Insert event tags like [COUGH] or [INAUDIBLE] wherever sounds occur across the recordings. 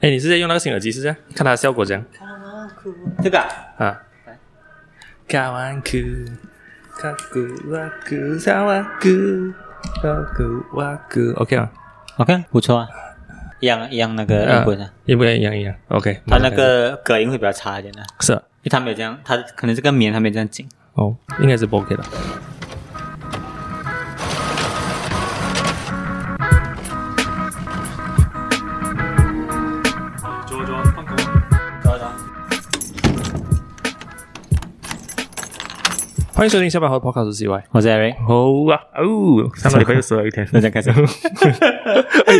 哎，你是在用那个新耳机是这样？看它的效果这样这个啊啊。卡万库，卡古瓦古，萨瓦古，卡古瓦古，OK 吗？好看，不错啊，一样一样那个啊音轨的，一不一样一样？OK，它那个隔音会比较差一点的，因是啊为它没有这样，它可能这个棉它没这样紧。哦，应该是不 OK 的。走走，欢迎收听下班后的 Podcast 我是 CY。我是 Eric，哦啊哦，上个礼拜又死了一天。大家 [LAUGHS] 开始，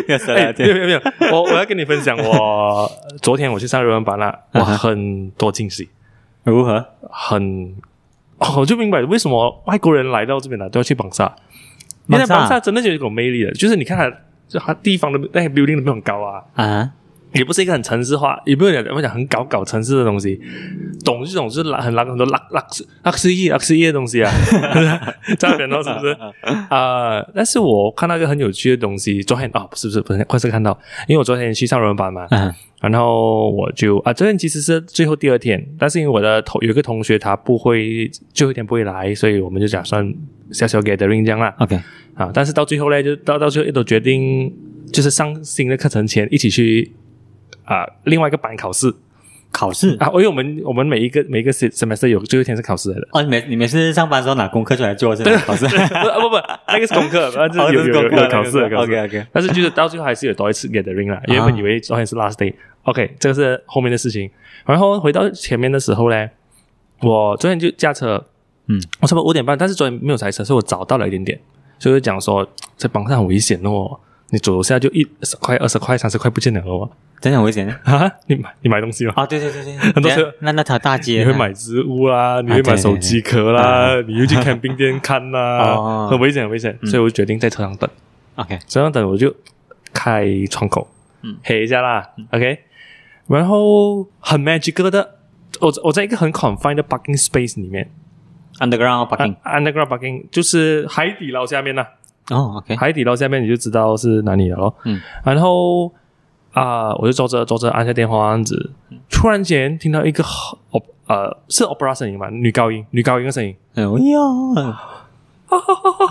要死 [LAUGHS] 哎没了，，有对，没有没有，我我要跟你分享， [LAUGHS] 我昨天我去上日文版啦，啊哇，哈很多惊喜，如何？很， [LAUGHS] 哦我就明白为什么外国人来到这边来都要去绑萨，因为绑萨绑萨真的就有一种魅力的，就是你看它，就它地方的那些 building 都没有很高啊，啊，也不是一个很城市化，也不是讲我讲很搞搞城市的东西，懂这种就是拉很拉很多拉拉拉斯意拉斯意的东西啊， [LAUGHS] 差点到是不是？啊、但是我看到一个很有趣的东西，昨天啊、不是不是不是，快速看到，因为我昨天去上日文班嘛，嗯然后我就啊，昨天其实是最后第二天，但是因为我的同有一个同学他不会最后一天不会来，所以我们就打算小小 gathering 这样啦，OK，啊，但是到最后呢，就到到最后都决定就是上新的课程前一起去啊另外一个班考试考试啊，因为我们我们每一个每一个 se- semester 有最后一天是考试来的。哦，你每你每次上班的时候拿功课出来做是吗？[LAUGHS] 考试，哦不啊不不，那个是功课，啊，就是有有有有考试的考试。 ，OK OK，但是就是到最后还是有多一次 gathering 啦，原本以为昨天是 last day。OK，这个是后面的事情。然后回到前面的时候呢，我昨天就驾车，嗯，我差不多五点半，但是昨天没有塞车，所以我早到了一点点，所以我就讲说在榜上很危险哦，你走下就一十块、二十块、三十块不见了哦。 [LAUGHS] 真的很危险啊，你买你买东西吗？啊！对对对对， [LAUGHS] 很多车等一下那那条大街你会买植物啦，你会买手机壳啊啦，你又去 camping 店看啦 [LAUGHS] 哦，很危险，很危险。所以我就决定在车上等。 ？OK，车上等我就开窗口，嗯黑一下啦、o k 然后很 magical 的，我我在一个很 confined 的 parking space 里面 Underground parking。啊，underground parking 就是海底捞下面啦、哦，OK，海底捞下面你就知道是哪里了咯。嗯，然后啊、我就坐着坐着按下电话这样子，嗯突然间听到一个很呃是 opera 声音嘛，女高音女高音的声音，嗯，哎呦， [LAUGHS]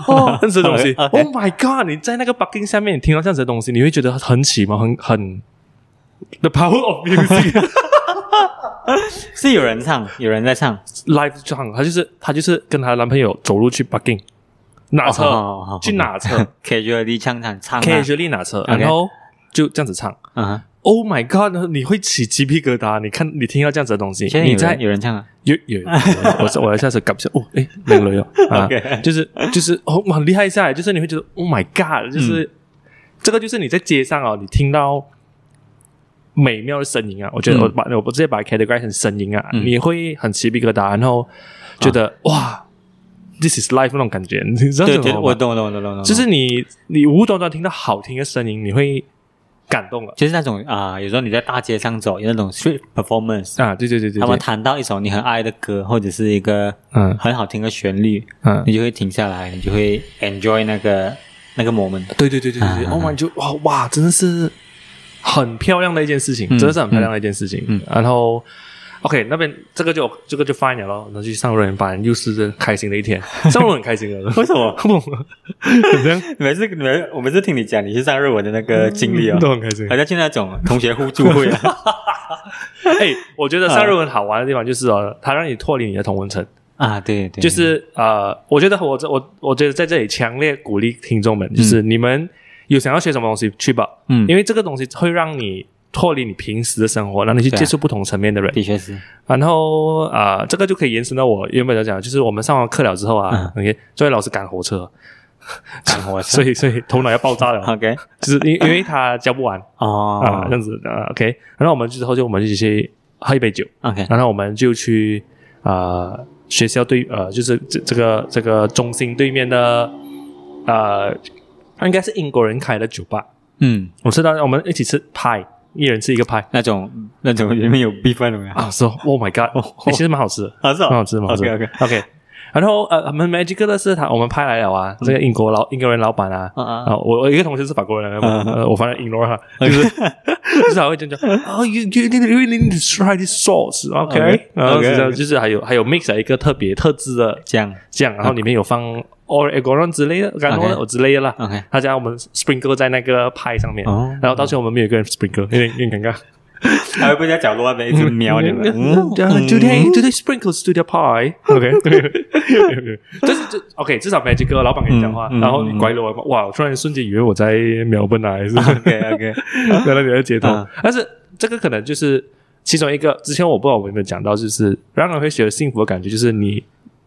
哦，这东西 OK ，Oh my God！你在那个 bucking 下面，你听到这样子的东西，你会觉得很奇吗？很很 The power of [LAUGHS] music 是有人唱，有人在唱，哦 live 唱，她就是她就是跟她男朋友走路去 bucking，拿哦车好好好去拿 [LAUGHS] 车 casually 唱唱唱啊， ，casually 拿车， OK 然后就这样子唱。嗯哼， Oh my God！你会起鸡皮疙瘩，你看你听到这样子的东西，现在你有在人有人唱啊，有有，我我我一下子搞不下，哦，哎，冷了哟啊 OK 就是就是哦，哇很厉害下来，就是你会觉得 Oh my God，就是、嗯这个就是你在街上哦，你听到美妙的声音啊，我觉得嗯我把、我我直接把它 categorize 成声音啊，嗯啊你会很鸡皮疙瘩，然后觉得、哇，This is life 那种感觉，你知道对什对，么我吗？懂我懂我懂我懂我懂，就是你你无端端听到好听的声音，你会感动了就是那种啊，有时候你在大街上走，有那种 street performance，啊！对对对对他们对，弹到一首你很爱的歌，或者是一个嗯很好听的旋律，嗯。你就会停下来，你就会 enjoy 那个那个 moment。对对对对对啊，Oh my，就哇哇，真的是很漂亮的一件事情，嗯真的是很漂亮的一件事情。嗯然后 OK，那边这个就这个就 fine 了咯，然后去上路人班，又是开心的一 [LAUGHS] 天，上路很开心的。为什么？ [LAUGHS] 怎么样？每次你们我每次听你讲你去上日文的那个经历哦，都很开心 [LAUGHS] 好。像去那种同学互助会 [LAUGHS] 啊哎，我觉得上日文好玩的地方就是哦，它让你脱离你的同文层，啊，对对，就是呃，我觉得我这我我觉得在这里强烈鼓励听众们，就是你们有想要学什么东西去吧，嗯因为这个东西会让你脱离你平时的生活，让你去对啊接触不同层面的人。的确是，然后啊、呃这个就可以延伸到我原本要讲的，就是我们上完课了之后啊、o k 作为老师赶火车，嗯 [LAUGHS] 赶火车 [LAUGHS] 所以所以头脑要爆 [LAUGHS] 炸了， OK，就是因因为他教不完哦、啊、这样子啊、o k 然后我们之后就我们一起去喝一杯酒， o k 然后我们就去啊、呃学校对呃就是这这个这个中心对面的呃应该是英国人开的酒吧，嗯，我吃到我们一起吃派，一人吃一个派那种那种里面有 beef 那种啊，啊，说 Oh my God，、哦欸其实蛮好吃的。啊是蛮好吃，蛮好吃。 OK OK， OK，然后呃，我们 magic 的是他我们派来了啊，这个英国老英国人老板啊，啊啊啊，我我一个同学是法国人，嗯嗯呃，我反正 ignore 他，就是 [LAUGHS] 就是他会讲讲 [LAUGHS] 啊，you you need you need to try this sauce，OK， Okay，然后 okay，就是 okay 就是还有还有 mix 了一个特别特制的这样酱，然后里面有放 oregano 之类的，然后 Okay 呢我之类的啦， ，OK，啊他将我们 sprinkle 在那个派上面哦，然后到最后我们没有一个人 sprinkle，有点有点尴尬。他会不会在角落那边一直瞄你们？嗯 Yeah, today today 啊 sprinkles to the pie. OK，但 [LAUGHS] 是这 OK，至少 Magic 哥老板跟你讲话，嗯嗯然后你拐了我，哇！我突然瞬间以为我在秒奔啊，还 [LAUGHS] 是，OK [LAUGHS] OK，在那里的街头啊。但是这个可能就是其中一个，之前我不知道我有没有讲到，就是让人会觉得幸福的感觉，就是你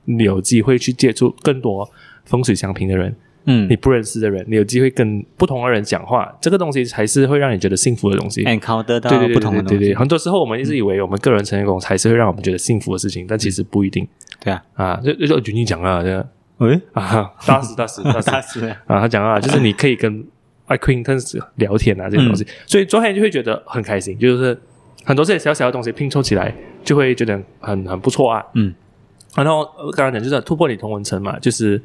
你有机会去接触更多风水相平的人，嗯你不认识的人，你有机会跟不同的人讲话，这个东西才是会让你觉得幸福的东西。 ，encounter 哎到对对对不同的对对东对，西，嗯很多时候我们一直以为我们个人成功才是会让我们觉得幸福的事情，但其实不一定对啊，啊。就就就举你讲啊，这个喂，啊，大师大师大 [LAUGHS] 师大师，啊，他讲啊，就是你可以跟 acquaintance 聊天啊这些东嗯西，所以昨天就会觉得很开心，就是很多这些小小的东西拼凑起来，就会觉得很很不错啊。嗯然后呃刚刚讲就是突破你同文层嘛，就是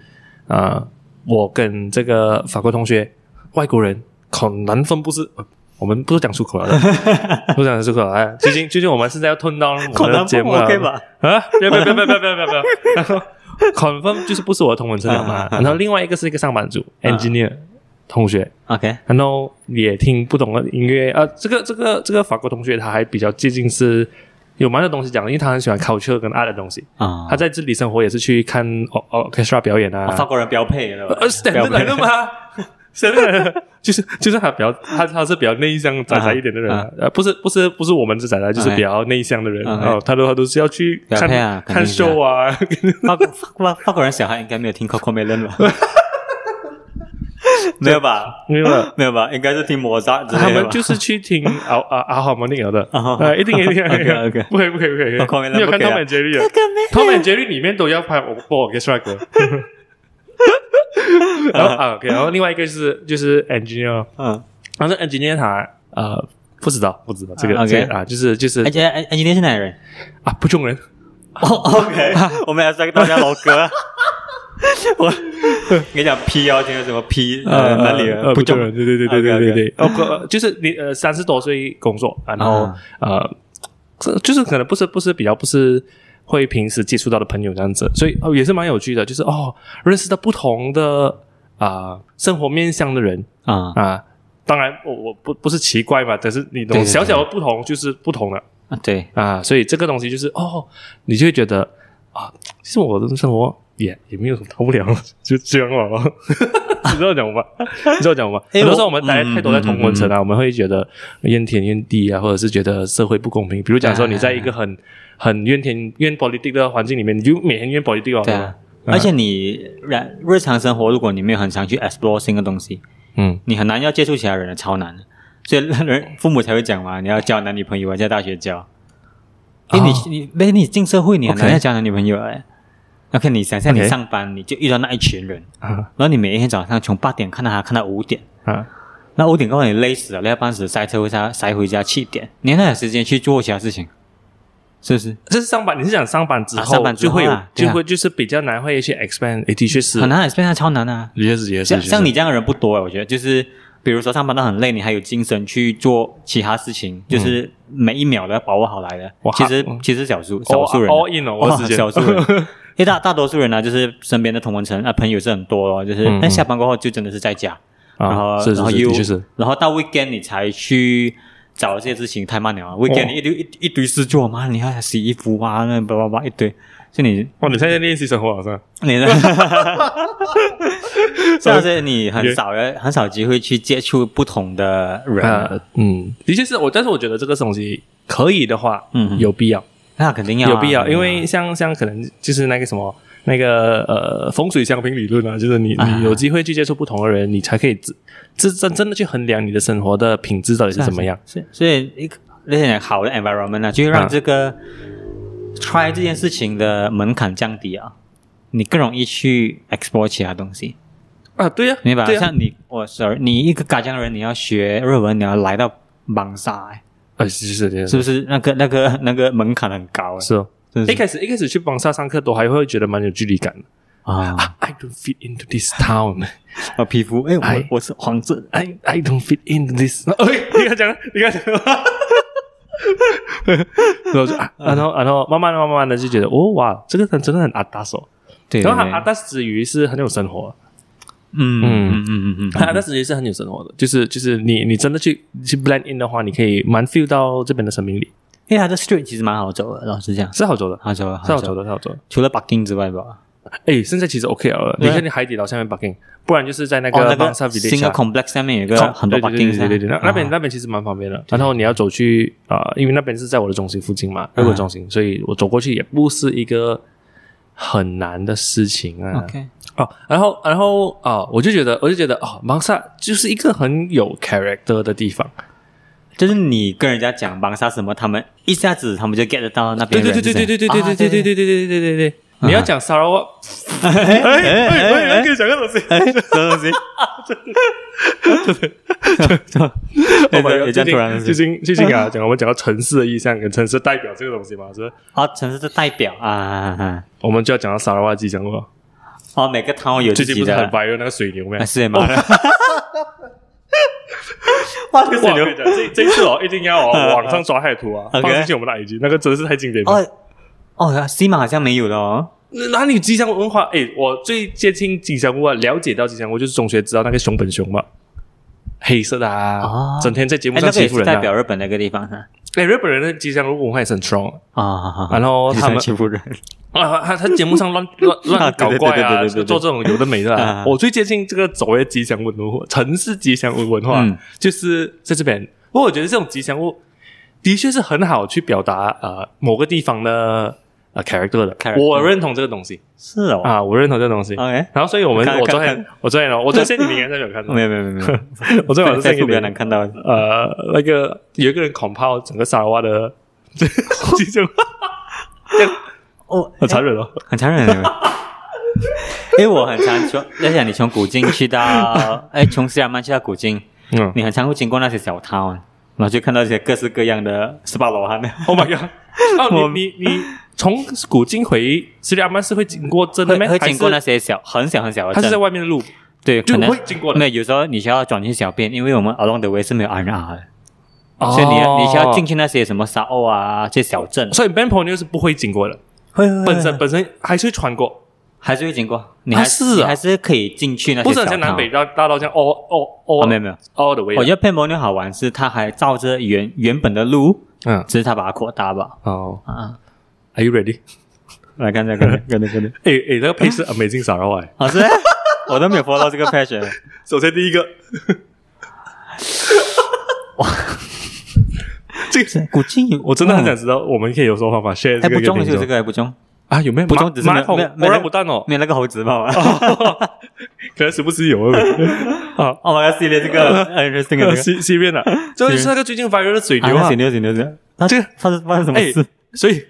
啊、呃我跟这个法国同学，外国人很难分不是。呃我们不是讲出口了 [LAUGHS] 的，不是讲出口了。哎，最近最近我们现在要吞到我 [LAUGHS] 可们的能节不目了 OK 吧？啊！别别别别别别别别！然后 confirm 就是不是我的同文层了嘛。 [LAUGHS] 嗯嗯嗯然后另外一个是一个上班族啊 engineer 同学， ，OK，然后也听不懂的音乐。呃，这个这个这个法国同学他还比较接近是有蛮多东西讲的，因为他很喜欢 culture 跟 art 的东西。啊他，在这里生活也是去看 o- orchestra 表演啊啊，法国人标配了，呃，standard 来的吗 [LAUGHS] ？standard 来的就是就是他比较他他是比较内向宅宅一点的人啊啊，呃，不是不是不是我们是宅宅，就是比较内向的人。嗯哦，他的话都是要去表看演啊肯看定是 show 啊， [LAUGHS] 法国法国法国人小孩应该没有听 Coco Melon 吧？没有吧？明白吗？没有吧？应该是听摩扎之啊他类的们吧。就是去听阿阿阿豪蒙定尔的，哦呃，一定一定 [LAUGHS] OK，OK [LAUGHS] 不可以不可以不可以，我看你有看不可以《啊 Tom and Jerry》啊？ [LAUGHS] 《Tom and Jerry》里面都要拍我播 orchestra 歌。然后啊，OK，然后另外一个就是就是 engineer，嗯，然后这 engineer 他呃不知道不知道这个 OK 哎这个啊，就是就是而且而且今天是哪人？啊不中人，哦，OK，我们来再给大家老 [LAUGHS] 歌。我跟你讲，P 要听什么 P？呃，哪里呃不不中中人，对对对对对 OK，OK 对对，哦不呃就是你呃三十多岁工作，然后啊呃这就是可能不是不是比较不是。会平时接触到的朋友这样子，所以哦也是蛮有趣的，就是哦认识到不同的啊、生活面向的人，啊？啊，当然我我不不是奇怪嘛，但是你懂对对对小小的不同就是不同了对，啊，所以这个东西就是哦，你就会觉得啊，其实我的生活也也没有什么大不了， [LAUGHS] 就这样了。 [LAUGHS] 你知道我讲 [LAUGHS] 吧？你知道我讲吧？哎很多时候我我们待嗯太多在同文层啊，我们会觉得怨天怨地啊，或者是觉得社会不公平。比如讲说，啊你在一个很很怨天怨 politic 的环境里面，你就每天怨 politic 哦。对啊。而且你然日常生活，如果你没有很常去 explore 新的东西，嗯，你很难要接触其他人的，超难的。所以人父母才会讲嘛，你要交男女朋友啊，在大学 [LAUGHS] 交。因哎为你、哦你，那你进社会，你很 OK 难要交男女朋友哎。OK，你想象你 OK 上班你就遇到那一群人，啊然后你每一天早上从八点看到他看到五点，啊，那五点过后你累死了，累到半死，塞车回家塞回家七点，你哪有时间去做其他事情？是不是？这是上班，你是想上班之后，啊上班之就后会有、啊对就啊会就是比较难会去 expand，诶，的哎确是，很难，现在超难啊！的确是，的确是，像的确是像你这样的人不多哎，我觉得就是，比如说上班到很累，你还有精神去做其他事情，就是每一秒都要把握好来的嗯哇。其实嗯其实少数 all- 少数人啊 all in 哦我的时间少数人， [LAUGHS] 因为大大多数人呢，啊就是身边的同文层啊朋友是很多哦，就是嗯嗯但下班过后就真的是在家，然啊，后是是然后是，又的确是，然后到 weekend 你才去找这些事情，太慢哦了啊！weekend 你一堆一一堆事做，妈你还要洗衣服啊，那叭叭叭一堆，所以你哦，你现在练习生活好像你呢？ [LAUGHS] 这样子你很少人很少机会去接触不同的人，呃，嗯，的确是我，但是我觉得这个东西可以的话，嗯有必要，那肯定要啊有必要，因为像像可能就是那个什么。那个呃，风水相平理论啊，就是你啊你有机会去接触不同的人，你才可以自自真真的去衡量你的生活的品质到底是怎么样。所以所以一个那些好的 environment 呢，就会啊让这个 try 这件事情的门槛降低啊，你更容易去 explore 其他东西。啊，对呀、明白？对呀、像你，我 sorry，你一个嘎江人，你要学日文，你要来到邦沙、欸，呃，是是是是不是？那个、那个、那个门槛很高、欸，是哦，是真的一是开始一开始去邦萨上课都还会觉得蛮有距离感的。啊， I don't fit into this town. 啊，皮肤，哎，哎我我是黄色， I I don't fit into this. 哎，你看讲，你看讲。然后就啊，然后然后慢慢的、慢慢的就觉得，哦哇，这个人真的很阿达手。对，然后对阿阿，达之余是很有生活，嗯嗯嗯嗯阿嗯，达之余是很有生活的，就是就是你你真的去去 blend in 的话，你可以蛮 feel 到这边的生命力，因为它的 street 其实蛮好走的，老实讲，是好走的，好走的，是好走的，的，是好走的。除了 parking 之外吧，哎，现在其实 OK 了，你看你海底捞下面 parking，不然就是啊在那哦，个那邦个萨 village 新的啊 complex 上面有一靠个很多对对 parking，对对对对，那啊那边那边其实蛮方便的。然后你要走去啊、呃因为那边是在我的中心附近嘛，日本中心，所以我走过去也不是一个很难的事情啊。 OK，哦，然后然后啊、我就觉得我就觉得哦，芒萨就是一个很有 character 的地方。就是你跟人家讲邦萨什么，他们一下子他们就 get 得到那对边的对对人对对是谁，对对对对对对对对对对对对对。你要讲 s a r a w a 哎哎哎哎哎哎可以讲个东西。哎，什么东西？我们也最这样突然近的最事近最近啊，讲我们讲到城市的意象跟城市代表这个东西嘛，是啊，城市的代表啊啊，啊啊我们就要讲到 s a r a w a 吉祥话。哦，每个 town 有最自近己不是的很白热那个水牛咩啊？是吗？哇，这个水哇，我跟你牛讲， [LAUGHS] 这这一次哦，一定 [LAUGHS] 要哦，网上抓海图啊， OK 放进去我们的 IG，那个真是太经典了。哦哦，西马好像没有的哦。哪里有吉祥文化？诶，我最接近吉祥物啊，了解到吉祥物就是中学知道那个熊本熊嘛，黑色的啊哦，整天在节目哎，上那个欺也负是人代的。表日本那个地方哈。诶，日本人的吉祥物文化也是很 strong 啊啊然后他们欺负人啊，他他节目 [LAUGHS] 上乱乱乱搞怪啊，对对对对对对对做这种有的没的啊啊。我最接近这个所谓吉祥物文化，城市吉祥物文化嗯，就是在这边。不过我觉得这种吉祥物的确是很好去表达呃某个地方的呃 character 的。 character 我认同这个东西是哦。啊，我认同这个东西。 OK，然后所以我们看我昨看天我昨天 [LAUGHS] 哦，我昨天你应该在有看到，没有没有没有没有，我昨天晚上在 send 给路边能你看到。呃那个有一个人恐怕整个沙拉瓦的 [LAUGHS] 吉祥 [LAUGHS] 物，哦，很残忍哦。很残忍的。 [LAUGHS] 因为我很常从，而且你从古晋去到，哎，从西安曼去到古晋，嗯你很常会经过那些小摊，然后就看到一些各式各样的十八罗啊汉。 [LAUGHS] ，Oh my god！哦，你你你从古今回斯里阿曼是会经过真的 [LAUGHS] 会咩？会经过那还是些小很小很小的它镇，是在外面的路，对，就可能会经过的没有，有时候你需要转去小便，因为我们 along the way 是没有 R N R 的，哦所以你要你需要进。去那些什么沙鸥啊这些小镇，所以 b a n p o 就是不会经过的，会本身本身还是会穿过，还是会经过，你还啊是啊你还是可以进去那些不是小很像摊南北大大道这样哦哦哦，哦，没有没有， all the way 的。我觉得片蒙牛好玩是它还照着原原本的路，嗯只是它把它扩大吧。哦啊， ，Are you ready？来看这个， [LAUGHS] 看这个，看这个，诶诶，那个配是啊 Amazing s a r a w a 好是， [LAUGHS] 我都没有 follow 到这个 passion。首先第一个， [LAUGHS] 这个古今有，我真的很想知道，我们可以有什么方法 share 哎，这个不给中听就众这个，不中，啊？有没有不马中只是没马有桶没有没我有让不蛋哦？没有那个猴子啊吧？哦 [LAUGHS] 可能时不时有啊。啊，哦，我要系列这个很 interesting [LAUGHS] 啊，这 [LAUGHS] 个西西边的，这就是那个最近发热的水牛啊，啊行。六行六行，那这个发生发生什么哎事？，所以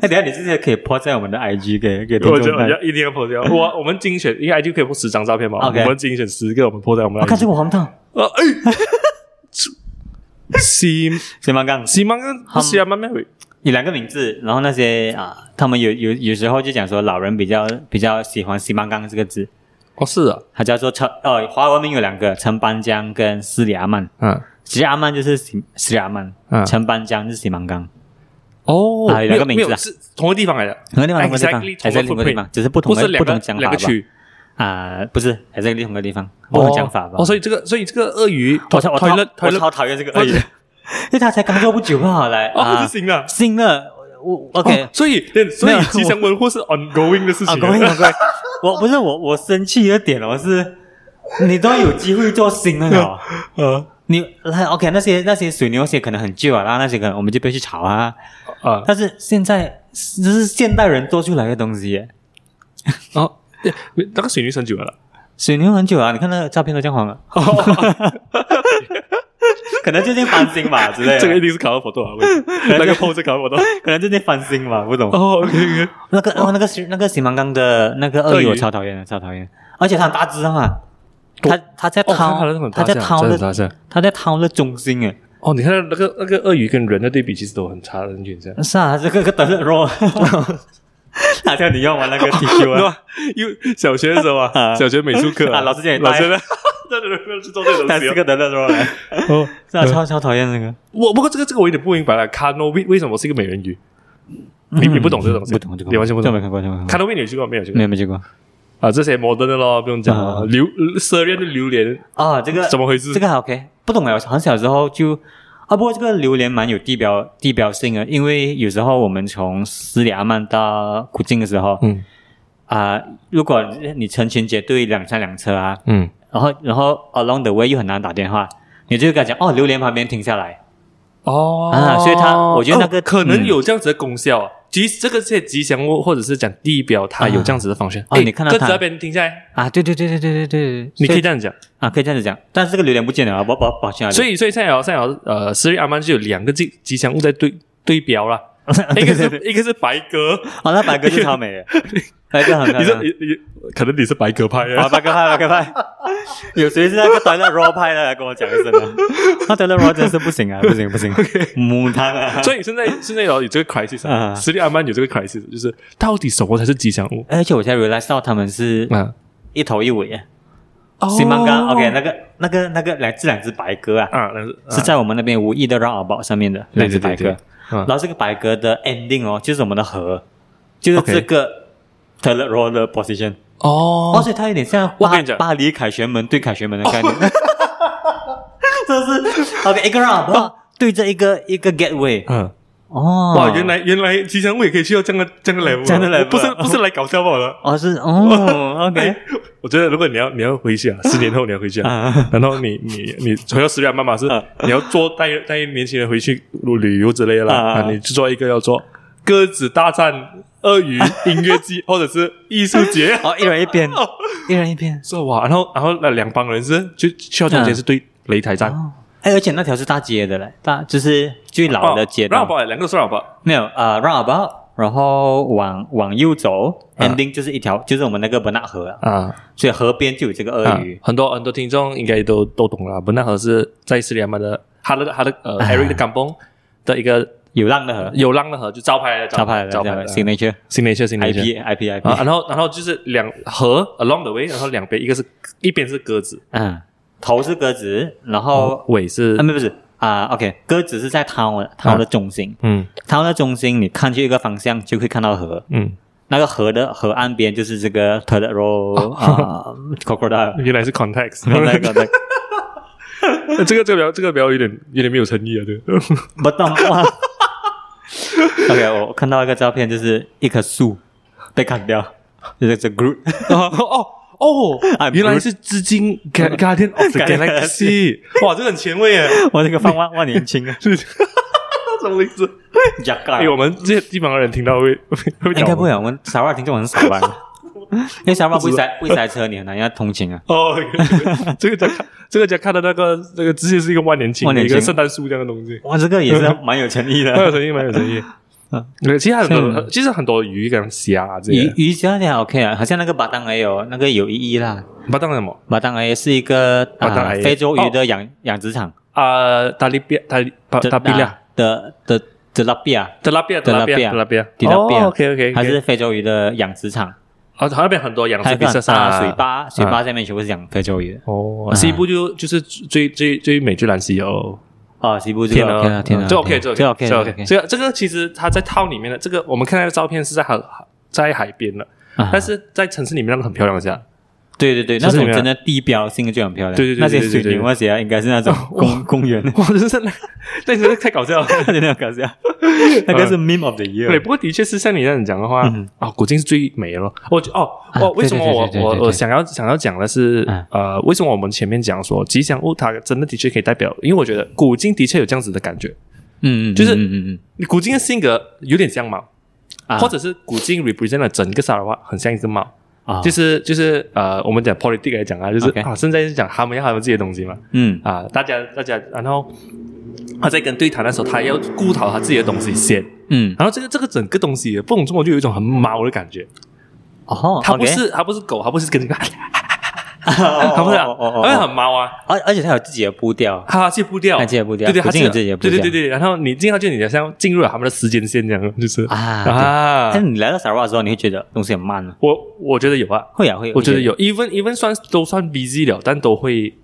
哎，等一下你这些可以 po 在我们的 IG 给给听我觉众得看。要一定要破掉。我我们精选，应该就可以破十张照片嘛。我 OK 们精选十个，我们破在我们我那哦看这里。个黄汤，啊，哎， [LAUGHS] 西先帮干，西芒跟西亚曼曼有两个名字，然后那些啊，他们有有有时候就讲说老人比较比较喜欢西班刚这个字， [LAUGHS] 哦，是啊，它叫做陈呃，华文名有两个陈班江跟斯里阿曼，嗯，斯里阿曼就是西斯里阿曼嗯，陈班江就是西班刚，哦，啊有两个没名字没有啊是同个地方来的，同个地方同个地方 Exactly，，还同在个另一个地方 footprint，只是不同不是的两不同个的讲两法个吧？区，啊，不是，还在另一个地方，不同讲法吧哦，？所以这个，所以这个鳄鱼，我超我超 toilet 我 toilet 超讨厌这个，哎呀 [LAUGHS] 因为他才刚做不久吧，来哦，啊不，行了。新的我我 OK 哦。所以所没以有吉祥文化是 ongoing 的事情啊，啊，各 [LAUGHS] 位各位，我不是我我生气的点哦，是你都有机会做新的了，呃你来 OK 那些那些水牛那些可能很旧啊，然后那些可能我们就不要去炒啊。啊但是现在这是现代人做出来的东西耶，哦，对那个水牛很久了啦，水牛很久啊，你看那个照片都这样黄了， [LAUGHS] 可能最近翻新 [LAUGHS] 吧之类的，这个一定是卡到佛豆啊， [LAUGHS] 我那个 pose 是卡到佛豆。可能最近翻新吧，不懂。哦，OK [LAUGHS] OK，那个哦，那个是那个洗芒缸的那个鳄鳄鱼鱼，我超讨厌的，超讨厌。而且它很大只啊嘛，它它在哦，他掏好像很，它在大象掏真的很啊的，大象它在掏的中心诶，啊哦，你看那个那个鳄鱼跟人的对比，其实都很差很远这 [LAUGHS] 样。是啊，这个个等着 [LAUGHS] 肉，哪叫你要玩那 [LAUGHS] 个 T 恤啊？因为小学的时候啊， [LAUGHS] 啊小学美术课啊老师叫你老师带 [LAUGHS] 呢，那人去做这种但东西是哦个等着肉来， [LAUGHS] 哦。是啊，超超讨厌那个。我不过这个这个我有点不明白了，卡诺为为什么是一个美人鱼？你你不懂这个东西，嗯不懂这个，你完全不这懂。没看过，这没看卡过，诺威你有去过没有去过嗯没？有没有见过啊，这些摩登的咯，不用讲了。啊榴奢恋的榴莲啊，这个怎么回事这？个还 OK，不懂哎，我很小时候就啊，不过这个榴莲蛮有地标地标性的，因为有时候我们从斯里阿曼到古晋的时候，嗯啊、如果你成群结队两三辆车啊，嗯，然后然后 along the way 又很难打电话，你就跟他讲哦，榴莲旁边停下来，哦啊所以它我觉得那个哦可能嗯有这样子的功效啊。吉这个这些吉祥物或者是讲地标，它有这样子的方向。啊哎你看到鸽它子那边停下来，啊，对对对对对对对，你可以所这样讲。啊，可以这样子讲，但是这个榴莲不见了，啊，我保保去哪里？所以所以现在有现在有呃，斯里阿曼就有两个吉吉祥物在对对标 [LAUGHS] 啦，一个是一个是白鸽，哦，那白鸽就超美 [LAUGHS] 的，白鸽很漂啊你是亮。你你可能你是白鸽派啊，啊。白鸽派，白鸽派，有谁是那个 Toilet Roll 派的？来跟我讲一声啊！那 Toilet Roll 真是不行啊，不行 [LAUGHS] 不行，母汤啊！所以现在现在有有这个 crisis，啊啊斯里阿曼有这个 crisis，就是到底什么才是吉祥物而且我才 realize 到他们是啊？一头一尾啊，西西芒刚 OK 那个那个那个两这两只白鸽啊，啊，那是是在我们那边无意的 roundabout 上面的对两只白对鸽对，对啊然后这个白鸽的 ending 哦，就是我们的河，就是这个 Toilet Roll 的 position，哦，哦，所以它有点像我巴跟你讲巴黎凯旋门对凯旋门的概念，这是 OK 一个 round 哦对着一个一个 gateway 嗯，哦，哇，原来原来吉祥物也可以去到这样的这样的 level，啊这样的 level 啊不是不是来搞笑我了。哦是哦 OK 我觉得如果你要你要回去啊，十年后你要回去啊，啊然后你你你回到斯里阿曼嘛是啊你要做带带年轻人回去旅游之类的啦，啊啊，你去做一个要做鸽子大战鳄鱼音乐季或者是艺术 [LAUGHS] 节。哦一人一边哦一人一边是哇，然后然后那两帮人是就去到中间是对擂台战，啊哦，哎而且那条是大街的嘞，大就是最老的街哦让道，宝两个是让宝，没有呃 roundabout，然后往往右走 ending 就是一条就是我们那个伯纳河啊，啊，所以河边就有这个鳄鱼啊、很多很多听众应该都都懂了。本纳河是在斯里兰的他的他的呃、啊 Eric 的港崩的一个有浪的河，有浪的河，就招牌来的招牌嗯的招招牌牌的 signature signature signature。 IP IP IP 啊，然后然后就是两河 along the way，然后两边一个是一边是鸽子，嗯，头是鸽子，然后、尾是啊，没不是啊、o k 鸽子是在涛涛的中心，嗯涛、的中心你看去一个方向就会看到河，嗯，那那个河的河岸边就是这个 t u r t l e Roll 啊 [LAUGHS] crocodile，原来是 context，那个那 [LAUGHS] 个这个这个表这个表有点有点没有诚意啊，这个不懂哇。OK，我看到一个照片，就是一棵树被砍掉，就是这 group [LAUGHS] [LAUGHS] 哦哦哦 I'm，原来是致敬 Ga- Guardian of the Guardian Galaxy，哇，这个很前卫耶，我这个放万万年青啊， [LAUGHS] 是 [LAUGHS] 什么意思？呀哎、我们这些地方的人听到会 [LAUGHS] 会会应讲该我不们会啊，我们沙巴听众很少 [LAUGHS] 吧？因为沙巴不会塞不会塞车，你很难要通勤啊。哦。 [LAUGHS] 这个这个家这个家看的那个这个直接是一个万年青，万年一青个圣诞树这样的东 [LAUGHS] 西，哇，这个也是蛮有诚意的，蛮有诚意，蛮有诚意。嗯嗯，其实还有很像多，其实很多鱼跟虾啊这鱼些，鱼虾也 OK 啊，好像那个巴当也有那个有意义啦。巴当什么巴当也是一个巴当啊也非洲鱼的养养殖场，啊？达利比亚，达利巴达哦比利亚，啊的的的拉比亚，德拉比亚，德拉比亚，德拉比亚，迪拉比亚 OK OK，它是非洲鱼的养殖场，啊，那边很多养殖还有比个萨很大水。坝，水啊坝下面全部是养非洲鱼的。哦，啊西部就就是最最最美最蓝西欧，哦，西部这天个 OK 啊，天啊，这 OK 天这啊 OK 这 OK OK，这个这个其实它在套里面的这个，我们看到的照片是在海在海边的，啊但是在城市里面那个很漂亮的家，对对对，城那市里种面真的地标性的就很漂亮，对对对那些对对水对牛那些啊应该是那种公公园， [LAUGHS] 哇，真是那那真的太搞笑了。真的很搞笑，那个是 meme of the 对， year 不过的确是像你这样讲的话，啊、嗯古今是最美的咯。我觉哦，啊哦，为什么对对对我对对我对我想要想要讲的是，嗯呃，为什么我们前面讲说吉祥物它真的的确可以代表，因为我觉得古今的确有这样子的感觉，嗯，嗯嗯，就是嗯嗯嗯你古今的性格有点像猫，啊，或者是古今 represent 了整个沙拉瓦很像一只猫。啊就是就是呃，我们讲 politics 来讲啊，就是 OK 啊，现在是讲他们要他们自己的东西嘛嗯啊，大家大家，然后他在跟对谈的时候，他要顾好他自己的东西先，嗯，然后这个这个整个东西不懂怎么就有一种很猫的感觉，哦，它不 [LAUGHS] OK 是它不是狗，它不是跟你 [LAUGHS] 他不是啊，哦哦哦哦他会很猫啊，而而且它有自己的步调，他去步调，它自己的步调对对，古他晋有自己的步对对对调对，然后你进到就你好像进入了他们的时间线这样，就是啊对 [LAUGHS] 啊但，你来到沙瓦的时候，你会觉得东西很慢了。我我觉得有啊，会啊，会，我觉得有，even even 算都算 busy 了，但都会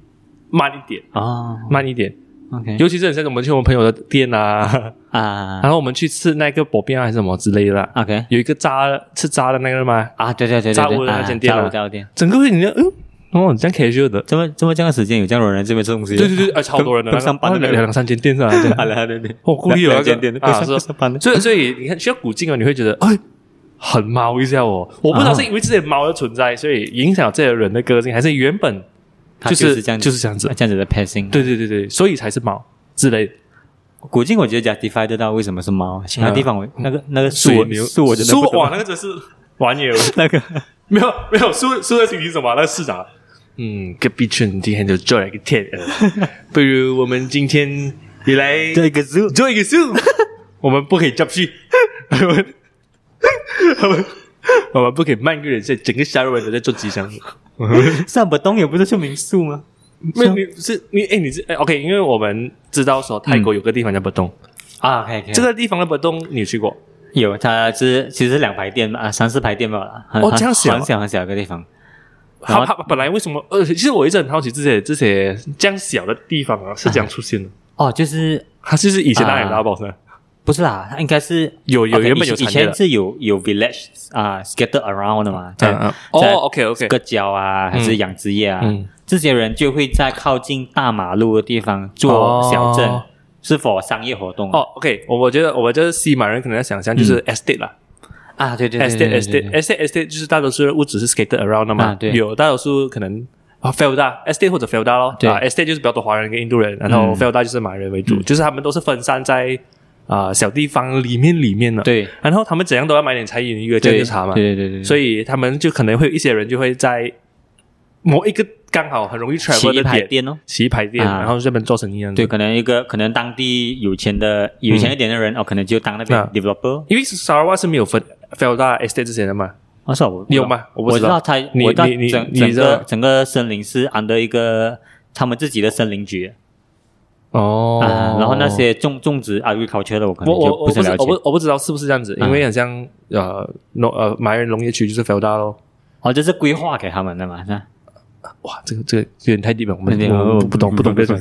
慢一点，啊。慢一点， OK，尤其是很像我们去我们朋友的店啊，啊然后我们去吃那个薄饼啊还是什么之类的啊， ，OK，有一个炸吃炸的那个嘛，啊，对对对对炸对，物的那啊间店炸啊物炸物店，整个会你就嗯，哦，这样 casual 的，这么这么这样的时间，有这样多人来这边吃东西，对对对，啊，超 [LAUGHS] 多人的，刚上班的两那个两三间店是吧？这 [LAUGHS] 样 [LAUGHS] 啊，来对对，我故意有那个两间店，不啊上是不上班的，所以所以你看去到古晋啊，你会觉得哎。很猫一下哦，我不知道啊是因为这些猫的存在，所以影响这些人的个性，还是原本它就啊就是是这样子啊就是这样子这样子的 passing。对对对对，所以才是猫之类的。古今我觉得 justify 得到为什么是猫，其他地方我那个那个树嗯水我牛树我真的不树哇，懂那个真是玩野了。 [LAUGHS] 那个 [LAUGHS] 没有没有，树树的心情是什么？那个市长，嗯，隔壁村今天就做了一个天 [LAUGHS] 鹅，不如我们今天也来这个树做一个树， [LAUGHS] 我们不可以 jump 去，我们我们 [LAUGHS] 我们不可以慢个人在整个沙湾都在做吉祥。上不东也不是去民宿吗？没有，你是你哎，你是哎 OK，因为我们知道说泰国有个地方叫不东，啊，OK OK，这个地方的不东你有去过？有它是其实两排店吧，啊，三四排店吧啦，很哦这样小啊很小很小一个地方。然他后他本来为什么？呃，其实我一直很好奇这些这些这样小的地方啊，是啊怎样出现的？哦，就是它就是以前那里的大宝山，不是啦，它应该是有有 OK，原本有以以产业的前是有有 village 啊，scatter around 的嘛，在嗯哦在，OK OK，割胶啊，还是养殖业啊，嗯这些人就会在靠近大马路的地方做哦小镇，是否商业活动？哦，OK，我我觉得我觉得西马人可能在想象就是 estate 啦啊，嗯对对对，estate 对对对 estate estate estate 就是大多数物质是 skated around 的啊嘛，对有大多数可能。啊 f e l d a estate 或者 f e l d a 咯，对啊，estate 就是比较多华人跟印度人，然后嗯 f e l d a 就是马来人为主，就是他们都是分散在啊小地方里面里面的。，对然后他们怎样都要买点茶饮一个珍对珠茶嘛，对对对对，所以以他们就可能会有一些人就会在某一个刚好很容易 travel 起的一排点店哦。起一排店，啊然后这边做生意这样子对，。可能一个可能当地有钱的有钱一点的嗯人、哦，可能就当那边啊 developer。因为 Sarawak 是没有分 f e l d a estate 这些的嘛，我说哦啊我你有？吗？我我不知知道道。他，你我知道你你整你整知个啊道整个森林是 under 一个他们自己的森林局哦啊，然后那些种种植 agriculture 的，我可我能我就我不是很知了我解。啊不我不知道是不是这样子，因为很像呃农呃马来人农业区就是 f e l d a 咯。哦，这是规划给他们的嘛？是吧？哦哇，这个这个有点太 deep 了，我们对我们不不懂不懂这种。 [LAUGHS]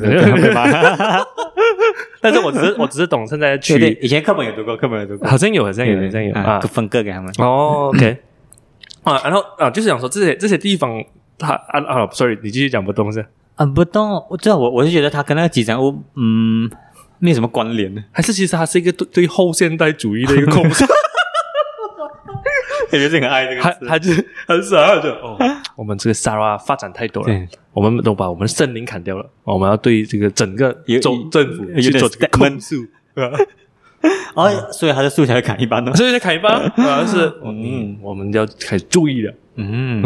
但是我只是我只是懂现在的对对区，，以前课本有读过，课本有读过，好像有好像有好像有啊啊，，分割给他们。哦，OK，啊， [COUGHS] 然后啊，就是想说这些这些地方，它啊啊，sorry，你继续讲不东西，啊，不懂，我知道，我我是觉得他跟那个吉祥物，嗯，没有什么关联 [LAUGHS] 的，还是其实它是一个对对后现代主义的一个控 [LAUGHS] 诉，感觉是很爱这它词。它就是很傻的哦，我们这个 s a r a 发展太多了对。我们都把我们森林砍掉了，我们要对这个整个有州政府有去点做这个 statement 控诉，哦，所以他的素材砍一半了。所以就 [LAUGHS] 砍一半，好像是嗯，我们要开始注意了。嗯，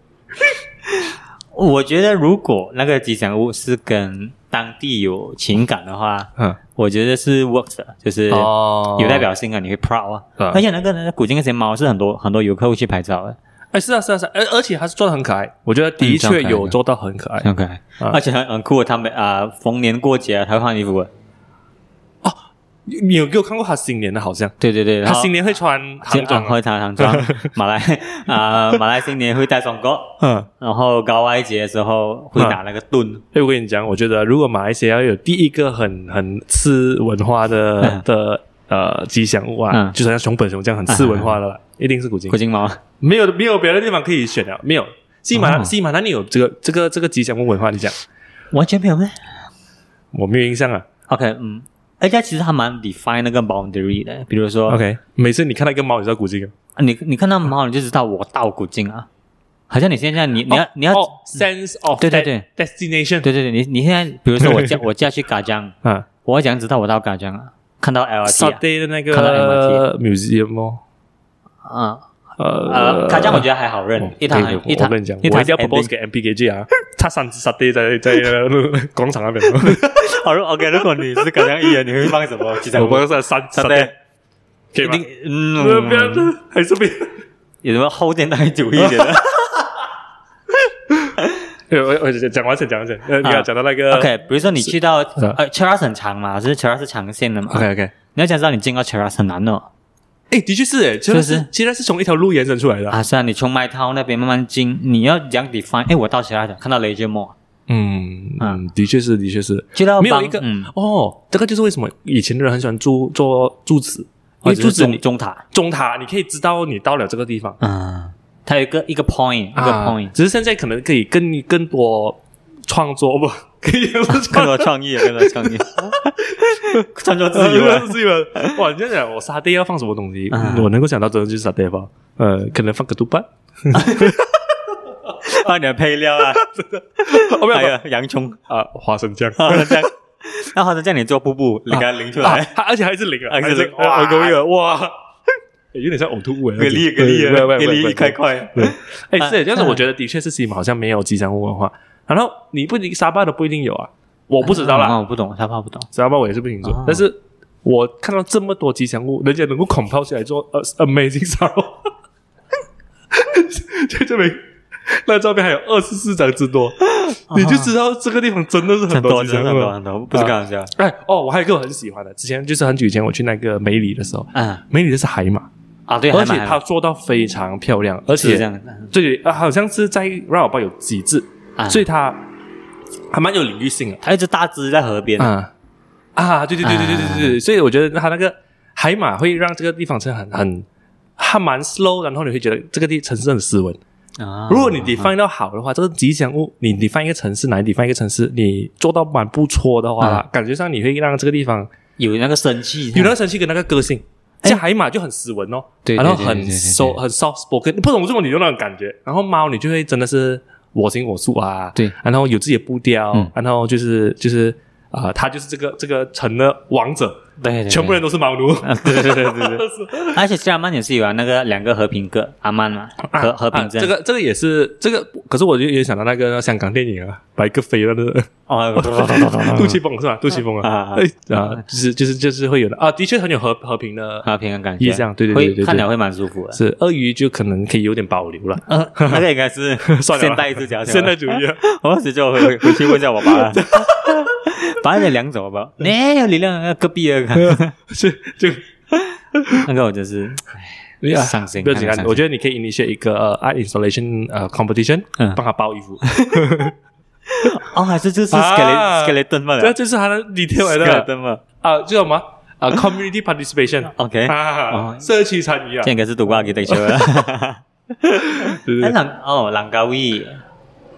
[LAUGHS] 我觉得如果那个吉祥物是跟当地有情感的话，嗯，我觉得是 works 的，就是哦有代表性啊，你会 proud 啊。啊而且那个那个古今那些猫是很多很多游客会去拍照的，哎，是啊，是啊，是啊，而而且它是做的很可爱，我觉得的嗯这样确可爱有的做到很可爱。很可爱，而且很很酷。他们啊、逢年过节啊，他会换衣服的。你你有给我看过它新年的，好像对对对，然他后新年会穿唐就啊装啊，会穿唐装，马来 [LAUGHS] 啊、马来新年会戴双哥，嗯，然后高外节的时候会拿那个盾。哎，我跟你讲，我觉得如果马来西亚要有第一个很很次文化的、嗯的呃吉祥物啊，嗯就是像熊本熊这样很次文化的啦，一定是古晋古，今猫，没有没有别的地方可以选了，没有。西马、哦西马那里有这个这个这个吉祥物文化，你讲完全没有咩我没有印象啊。 ？OK，嗯，而且其实它蛮 define 那个 boundary 的，比如说啊 OK，每次你看到一个猫，你知道古晋你你看到猫你就知道我到古今啊，好像你现在你你要、你要、哦 sense of 对对 de- 对 destination 对对对，你你现在比如说我嫁 [LAUGHS] 我嫁去嘎江，啊我要讲知道我到嘎江啊，看到 LRT 啊，Saturday 的那看到个 MRT museum 哦，嗯，呃呃，嘎江我觉得还好哦认，一趟对对一我趟跟你讲，我一一定趟要 propose 给 MPKG 啊，他三只沙爹在在 [LAUGHS] 在广场那边，好，OK，如果你是港江艺人，你会放什么？其实我帮他三沙爹，可以一吗定？，嗯， [LAUGHS] 不要，还是不要。有什么后现代主义的？呃我我讲完先讲完先，呃，啊你要讲到那个 OK，比如说你去到是呃 c h e r a 很长嘛，就是 c h e r a 是长线的嘛。 OK OK，你要想知道你进到 c h e r a 很难的哎，的确是哎，其实是不是是其实是从一条路延伸出来的，啊，虽然你从麦涛那边慢慢进，你要讲 define。哎，我到 c h e r a 看到 Ledger More，嗯啊嗯，的确是的确是，去到没有邦一个嗯，哦，这个就是为什么以前的人很喜欢住做住址，因或为者住哦是址中你中塔，中塔，你可以知道你到了这个地方嗯，它有一个一个 point，一个啊 [LAUGHS] point，只是现在可能可以更更多创作不， [LAUGHS] 可以不是更创多创意，更多创意， [LAUGHS] 创作自由啊啊，自由啊。哇，你这样讲，我沙爹要放什么东西？啊我能够想到真的就是沙爹包，呃，可能放个豆瓣，放点配料啊，哦 [LAUGHS] 不还要有洋葱，啊，花生酱。然后这样，然后这样你做布布，你给它淋出啊 [LAUGHS] [LAUGHS] 来，，它而且还是零啊，还是零哇哇，狗眼哇，诶有点像呕吐物诶，蛤蜊蛤对蜊啊，对对蛤对蜊对一块块，对，哎，啊是，但是我觉得的确是西马好像没有吉祥物文化，然后你不一定沙巴的不一定有啊，我不知道啊啦，我不懂，他怕不懂，沙巴我也是不清楚哦，但是我看到这么多吉祥物，人家能够 compile 起来做呃 amazing 沙巴， [LAUGHS] 就证明那照片还有二十四张之多，你就知道这个地方真的是很很多多吉真祥啊物的很多啊。很多，不是开玩笑，哎哦，我还有一个我很喜欢的，之前就是很久以前我去那个梅里的时候，嗯梅里的是海马，啊，对，而且还蛮嗯它做到非常漂亮，而是这且样的，对，呃好像是在 r a o 有几只，啊所以它还蛮有领域性的。他一只大只在河边，啊啊，对对对对对对对对，所以我觉得它那个海马会让这个地方是很很它蛮 slow，然后你会觉得这个地城市很斯文。啊如果你 define 到好的话，这个吉祥物，你 define 一个城市，哪 define 一个城市，你做到蛮不错的话，啊感觉上你会让这个地方有那个生气，有那个神气跟那个个性。像海马就很斯文哦，哎对然后对对很对对对 so 很 soft spoken，不懂为什么你就那种感觉。然后猫你就会真的是我行我素啊，对，然后有自己的步调，嗯然后就是就是啊、呃它就是这个这个城的王者，对对对，全部人都是猫奴，对对对 [LAUGHS] 对对，而且加曼也是有啊，那个两个和平哥阿曼嘛，和和平啊镇这个这个也是这个，可是我就也想到那个香港电影啊，白鸽飞了那 [LAUGHS] 个 [LAUGHS] 哦，杜琪峰是吧？杜琪峰啊啊，啊哎啊，就是就是就是会有的啊，的确很有和和平的，和平的感觉，会看了会蛮舒服的。是鳄鱼就可能可以有点保留了。呃，那个应该是 [LAUGHS] 算了现代一 [LAUGHS] 只脚，现代主义啊，我当时就回回去问一下我 [LAUGHS] 爸了，爸那两种好不好？没有力量，隔壁那个，是就 [LAUGHS] 那个我真是啊伤心不要紧看得啊伤！心我觉得你可以 initiate 一个呃 art installation 呃 competition，嗯帮他包衣 [LAUGHS] 服，哦，还是这是啊 skeleton skeleton 嘛这就是他的 detail 来的，skeleton 嘛啊，叫什么啊 community [LAUGHS] participation ，OK，啊，哦社区参与啊这，应该是读过 architecture 了。对 [LAUGHS] 不哎，对朗哦，朗高一，就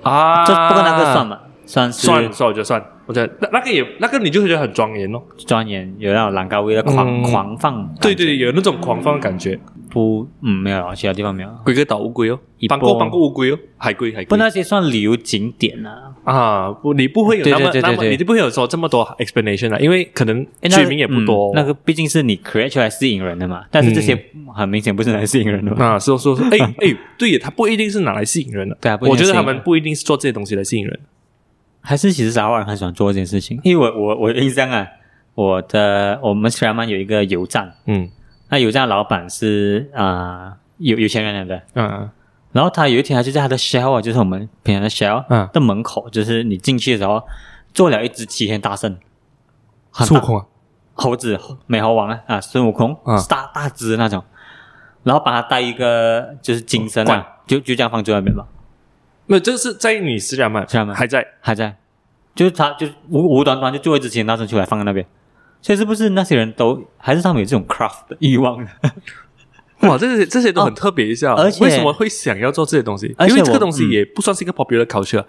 啊，不过那个算嘛，算是算算，我觉得算，我觉得那那个也那个你就会觉得很庄严哦，钻研有那种朗高威的狂、嗯狂放感觉，对对对，有那种狂放的感觉，不，嗯，没有，其他地方没有。龟哥岛乌龟哦一，绑过波绑过乌龟哦，海龟海不，龟那些算旅游景点啊，啊，不你不会有那么对对对对那么，对你就不会有说这么多 explanation 啊，因为可能诶那取名也不多嗯嗯，那个毕竟是你 create 出来吸引人的嘛，但是这些很明显不是来吸引人的嘛。啊，是哦是哦是哦， [LAUGHS] 哎、哎，对耶，他不一定是拿来吸引人的。对啊不一定我觉得吸引他人们不一定是做这些东西来吸引人。还是其实沙湾人很喜欢做这件事情，因为我我我印象啊，我的我们虽然曼有一个油站，嗯那油站老板是啊、呃有有钱人来的，啊然后他有一天他就在他的 shell 啊，就是我们平常的 shell 嗯的门口，就是你进去的时候，做了一只齐天大圣，很孙大悟空啊，猴子美猴王啊，啊孙悟空、嗯是大大只的那种，然后把他带一个就是金身罐啊，就就这样放在那边吧，没有，这个是在你斯里兰曼斯里兰曼还在还在，就是他就无无端端就做一只齐天大圣出来放在那边，所以是不是那些人都还是他们有这种 craft 的欲望呢？哇，这些这些都很特别一下、哦而且为什么会想要做这些东西？而且因为这个我东西嗯也不算是一个 popular culture。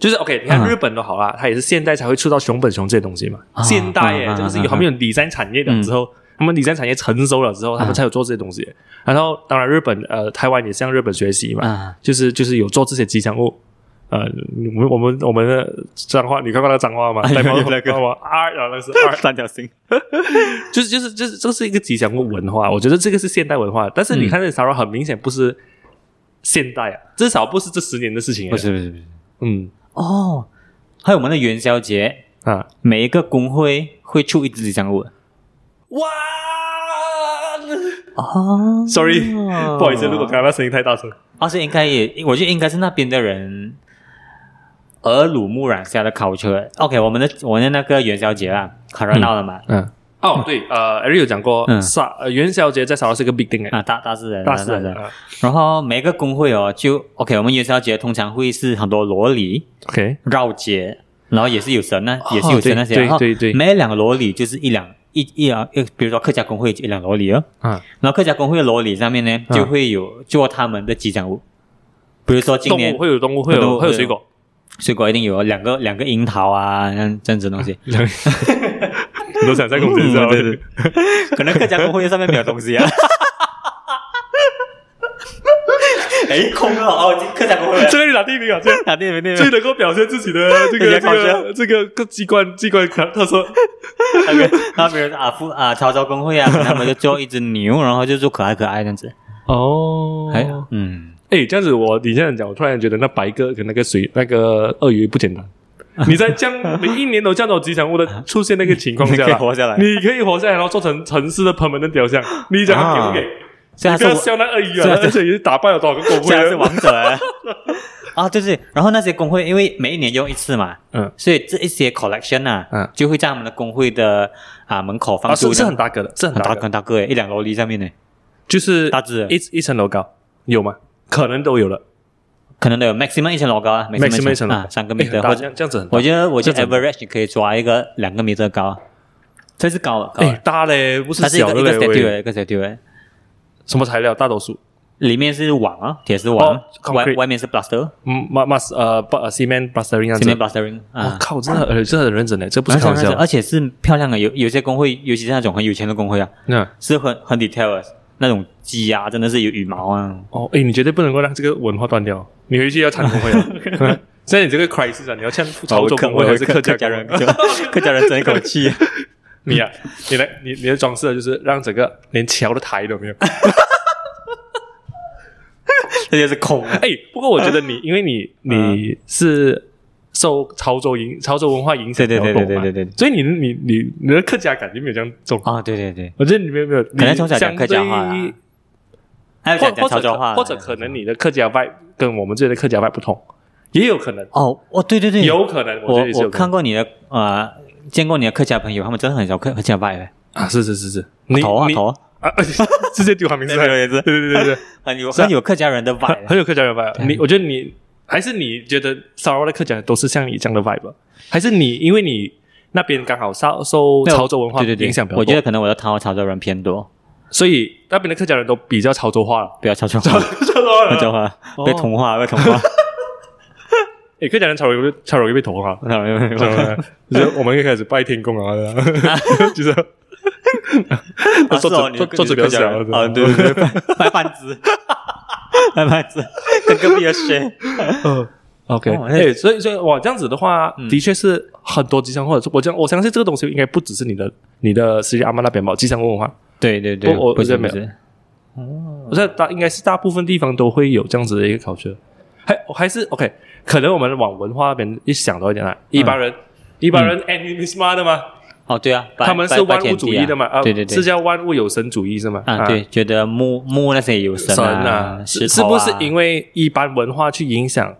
就是 OK，你看嗯日本都好啦，它也是现代才会出到熊本熊这些东西嘛。啊现代耶，啊啊这个是啊有啊他们有理财产业的嗯之后，他们理财产业成熟了之后，他们啊才有做这些东西。然后当然日本呃，台湾也向日本学习嘛，啊，就是就是有做这些吉祥物。呃，我们我们我们的脏话，你看过那脏话吗？哎有有那那个个啊， [LAUGHS] 然后那是 R， [LAUGHS] 三角形，就是就是就是这是一个吉祥物文化，我觉得这个是现代文化。但是嗯你看这 s a r a 很明显不是现代啊，至少不是这十年的事情。啊不，是不是不是，嗯哦，还有我们的元宵节，啊，每一个工会会出一只吉祥物哇哦，sorry，不好意思，如果刚刚那声音太大声，而且应该也，我觉得应该是那边的人耳濡目染下的考车。OK，我们的我们的那个元宵节啊，很热闹的嘛，嗯，哦对，呃，Eric 有讲过，嗯沙呃元宵节在沙捞是一个 big thing 哎，啊，大大自然，大事啊自来然。的然后每个工会哦，就 OK，我们元宵节通常会是很多萝莉，OK，绕街，然后也是有神呢，哦也是有神那些，对然后对对对每两个萝莉就是一两一一两，一比如说客家工会就一两萝莉哦，啊，然后客家工会的萝莉上面呢嗯就会有做他们的吉祥物，比如说今动年物会有动物会动物有会有会水有果，水果一定有两个两个樱桃啊，这样这样子的东西，嗯你都想在公司知道吗嗯对对可能客家工会上面没有 [LAUGHS] 东西啊。哎，空了哦，客家工会啊。这个你打第一名啊，这啊，对对对，哎最能够表现自己的这个这人家搞个这个各机关机关特特色，那边，然后比如说啊，夫啊，潮州工会啊，他们就做一只牛，然后就做可爱可爱这样子。哦哎，嗯，哎，这样子我你这样讲，我突然觉得那白鸽跟那个水那个鳄鱼不简单。啊你在这样每一年都这样的吉祥物的出现那个情况你 [LAUGHS] 下可以啦，活下来你可以活下来，然后做成城市的 permanent 雕像，你讲它给不给？所以你他不是要我，笑那鳄鱼是啊啊，是啊而且也是打败了多少个 [LAUGHS] 狗所以他是不王者哎啊 [LAUGHS] 啊，对对。然后那些工会，因为每一年用一次嘛，嗯，所以这一些 collection 啊，嗯，就会在我们的工会的啊门口放啊，出是的，是很大个的，是很很大大个的，很大个诶，一两楼离上面呢，就是大致一一层楼高，有吗？可能都有了可能都有 maximum 一层楼高啊，maximum 一层楼啊，三个哎米很的，大或这者样这样子很大我觉得我觉这得怎么 average 你可以抓一个两个米的高，啊这是高了，啊高哎、了。大嘞，不是它是一小个的一嘞，个喂 statue，一个 statue。哎什么材料？大多数，里面是网啊，铁丝网，哦外 concrete 外面是 plaster，嗯，mas mas 呃不呃 cement plastering 这样这边子。 plastering 我、啊。靠，真的呃真的很认真嘞，这不是然开后玩上面笑是。而且是漂亮的，有有些工会，尤其是那种很有钱的工会啊，那、是很很 detail 的那种鸡啊，真的是有羽毛啊。哦，哎，你绝对不能够让这个文化断掉，你回去要 [LAUGHS] 参工会了。 [LAUGHS] 现在你这个 crisis 啊，你要像潮州客工会还是客客家家工人，会 [LAUGHS] 客客家人争一口气。 [LAUGHS] 你啊，你来，你你的装饰啊就是让整个连桥的台都没有。这些是空的。 [LAUGHS] 哎，不过我觉得嗯你，因为你你是受潮州影、潮州文化影响比较多嘛，对对 [LAUGHS] 对对对对所以你你你你的客家感就没有这样重。啊，对对对，我觉得你没有没有，可可能从小讲客家话啦还有或讲讲或潮者州可话的，或者可能你的客家外跟我们这里的客家外不同，也有可能，哦，哦，对对对，有可能，我觉得也是我有可能看过你的呃，见过你的客家朋友，他们真的很少客客家拜的，啊，是是是是，你头啊你头啊，啊， [LAUGHS] 直接丢他名字，对也对是对对对，很有是啊很有客家人的拜很。很有客家人 vibe。你我觉得你还是你觉得沙捞的客家人都是像你这样的 vibe，还啊是你因为你那边刚好受受没有潮州文化对对对影响比较多，我觉得可能我的唐潮州人偏多，所以那边的客家人都比较潮州化 [LAUGHS] 了。不要潮州 [LAUGHS] 话，潮州哦化潮州话 [LAUGHS] 被同化，被同化。诶，哎客家人潮州潮州又被同 [LAUGHS] 化了。潮州人就是我们一开始拜天公啊， [LAUGHS] 就是啊做是哦做你做你是做客家人做啊，对 [LAUGHS] 对对，拜拜子，拜拜子，跟隔壁的谁？ OK，哦哎、所以所以哇，这样子的话，嗯的确是很多吉祥物。我这样我相信这个东西应该不只是你的你的斯里阿曼那边吧，吉祥物文化，对对对，我我不是我觉得没不有是，我在大应该是大部分地方都会有这样子的一个考学，还还是 OK，可能我们往文化那边一想到一点啦，一嗯般人。一般人哎 animism 的嘛，哦对啊，拜他们拜是拜万物天主地义啊的嘛，啊，对对对是，叫万物有神主义是吗？啊对，觉得木木那些有神神啊，是石是头不啊是因为一般文化去影响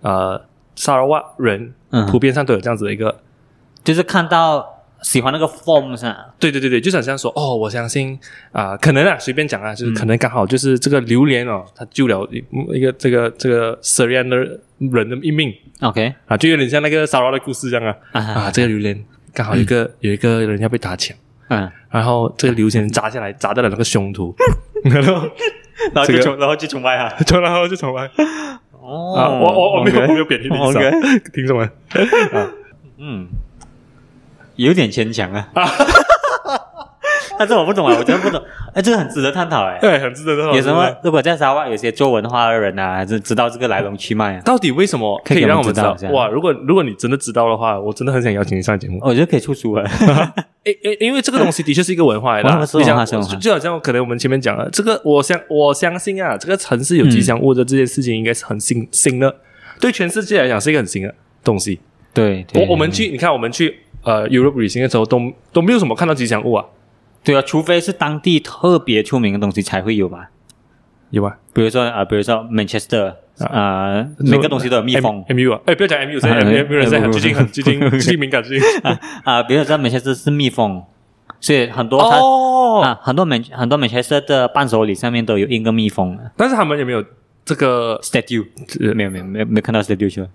呃沙拉瓦人嗯普遍上都有这样子的一个就是看到喜欢那个 form 啊上，对对对对，就想这样说哦，我相信啊、可能啊，随便讲啊，就是嗯可能刚好就是这个榴莲哦，它救了一一个这个这个 Syrian 的人的一命 OK 啊，就有点像那个 s a r a 的故事这样啊啊啊，这个榴莲刚好有一个、有一个人要被打抢，嗯，然后这个榴莲砸下来砸到了那个凶 [LAUGHS] 徒，然后这就个崇然后就崇拜他。就然后就从来哦啊，我我我没有我 OK 哦没有贬低你意思 OK 啊，听众们啊，嗯，有点牵强啊。 [LAUGHS] 但是我不懂啊，我真的不懂。哎，这个很值得探 [LAUGHS] 讨哎。对，很值得探讨有什对不么对？如果在沙湾有些做文化的人啊，还是知道这个来龙去脉 [LAUGHS] 啊，到底为什么可可以以给让我我们们知知道道一下哇？如果如果你真的知道的话，我真的很想邀请你上节目。我觉得可以出书啊。因因因为这个东西的确是一个文化来的文啊化，是你文化想是文化就就好像可能我们前面讲了，这个我相我相信啊，这个城市嗯有吉祥物的这件事情应该是很新新的，对全世界来讲是一个很新的东西。 [LAUGHS] 对，我我们去，你看我们去呃 Europe 旅行的时候，都都没有什么看到吉祥物啊，对啊，除非是当地特别出名的东西才会有嘛。有吗？啊比如说啊，比如说 Manchester 呃，每个东西都有密封 M U 啊，哎，不要讲 M U，现在 M 啊 U 人在哎很不最近很最近最近敏感最 [LAUGHS] 近。啊、比如说在 Manchester 是密封，所以很多它、哦，啊，很多美很多 Manchester 的伴手礼上面都有印个蜜蜂的但是他们有没有这个呃 statue，没有没有没有没有看到 statue 去了，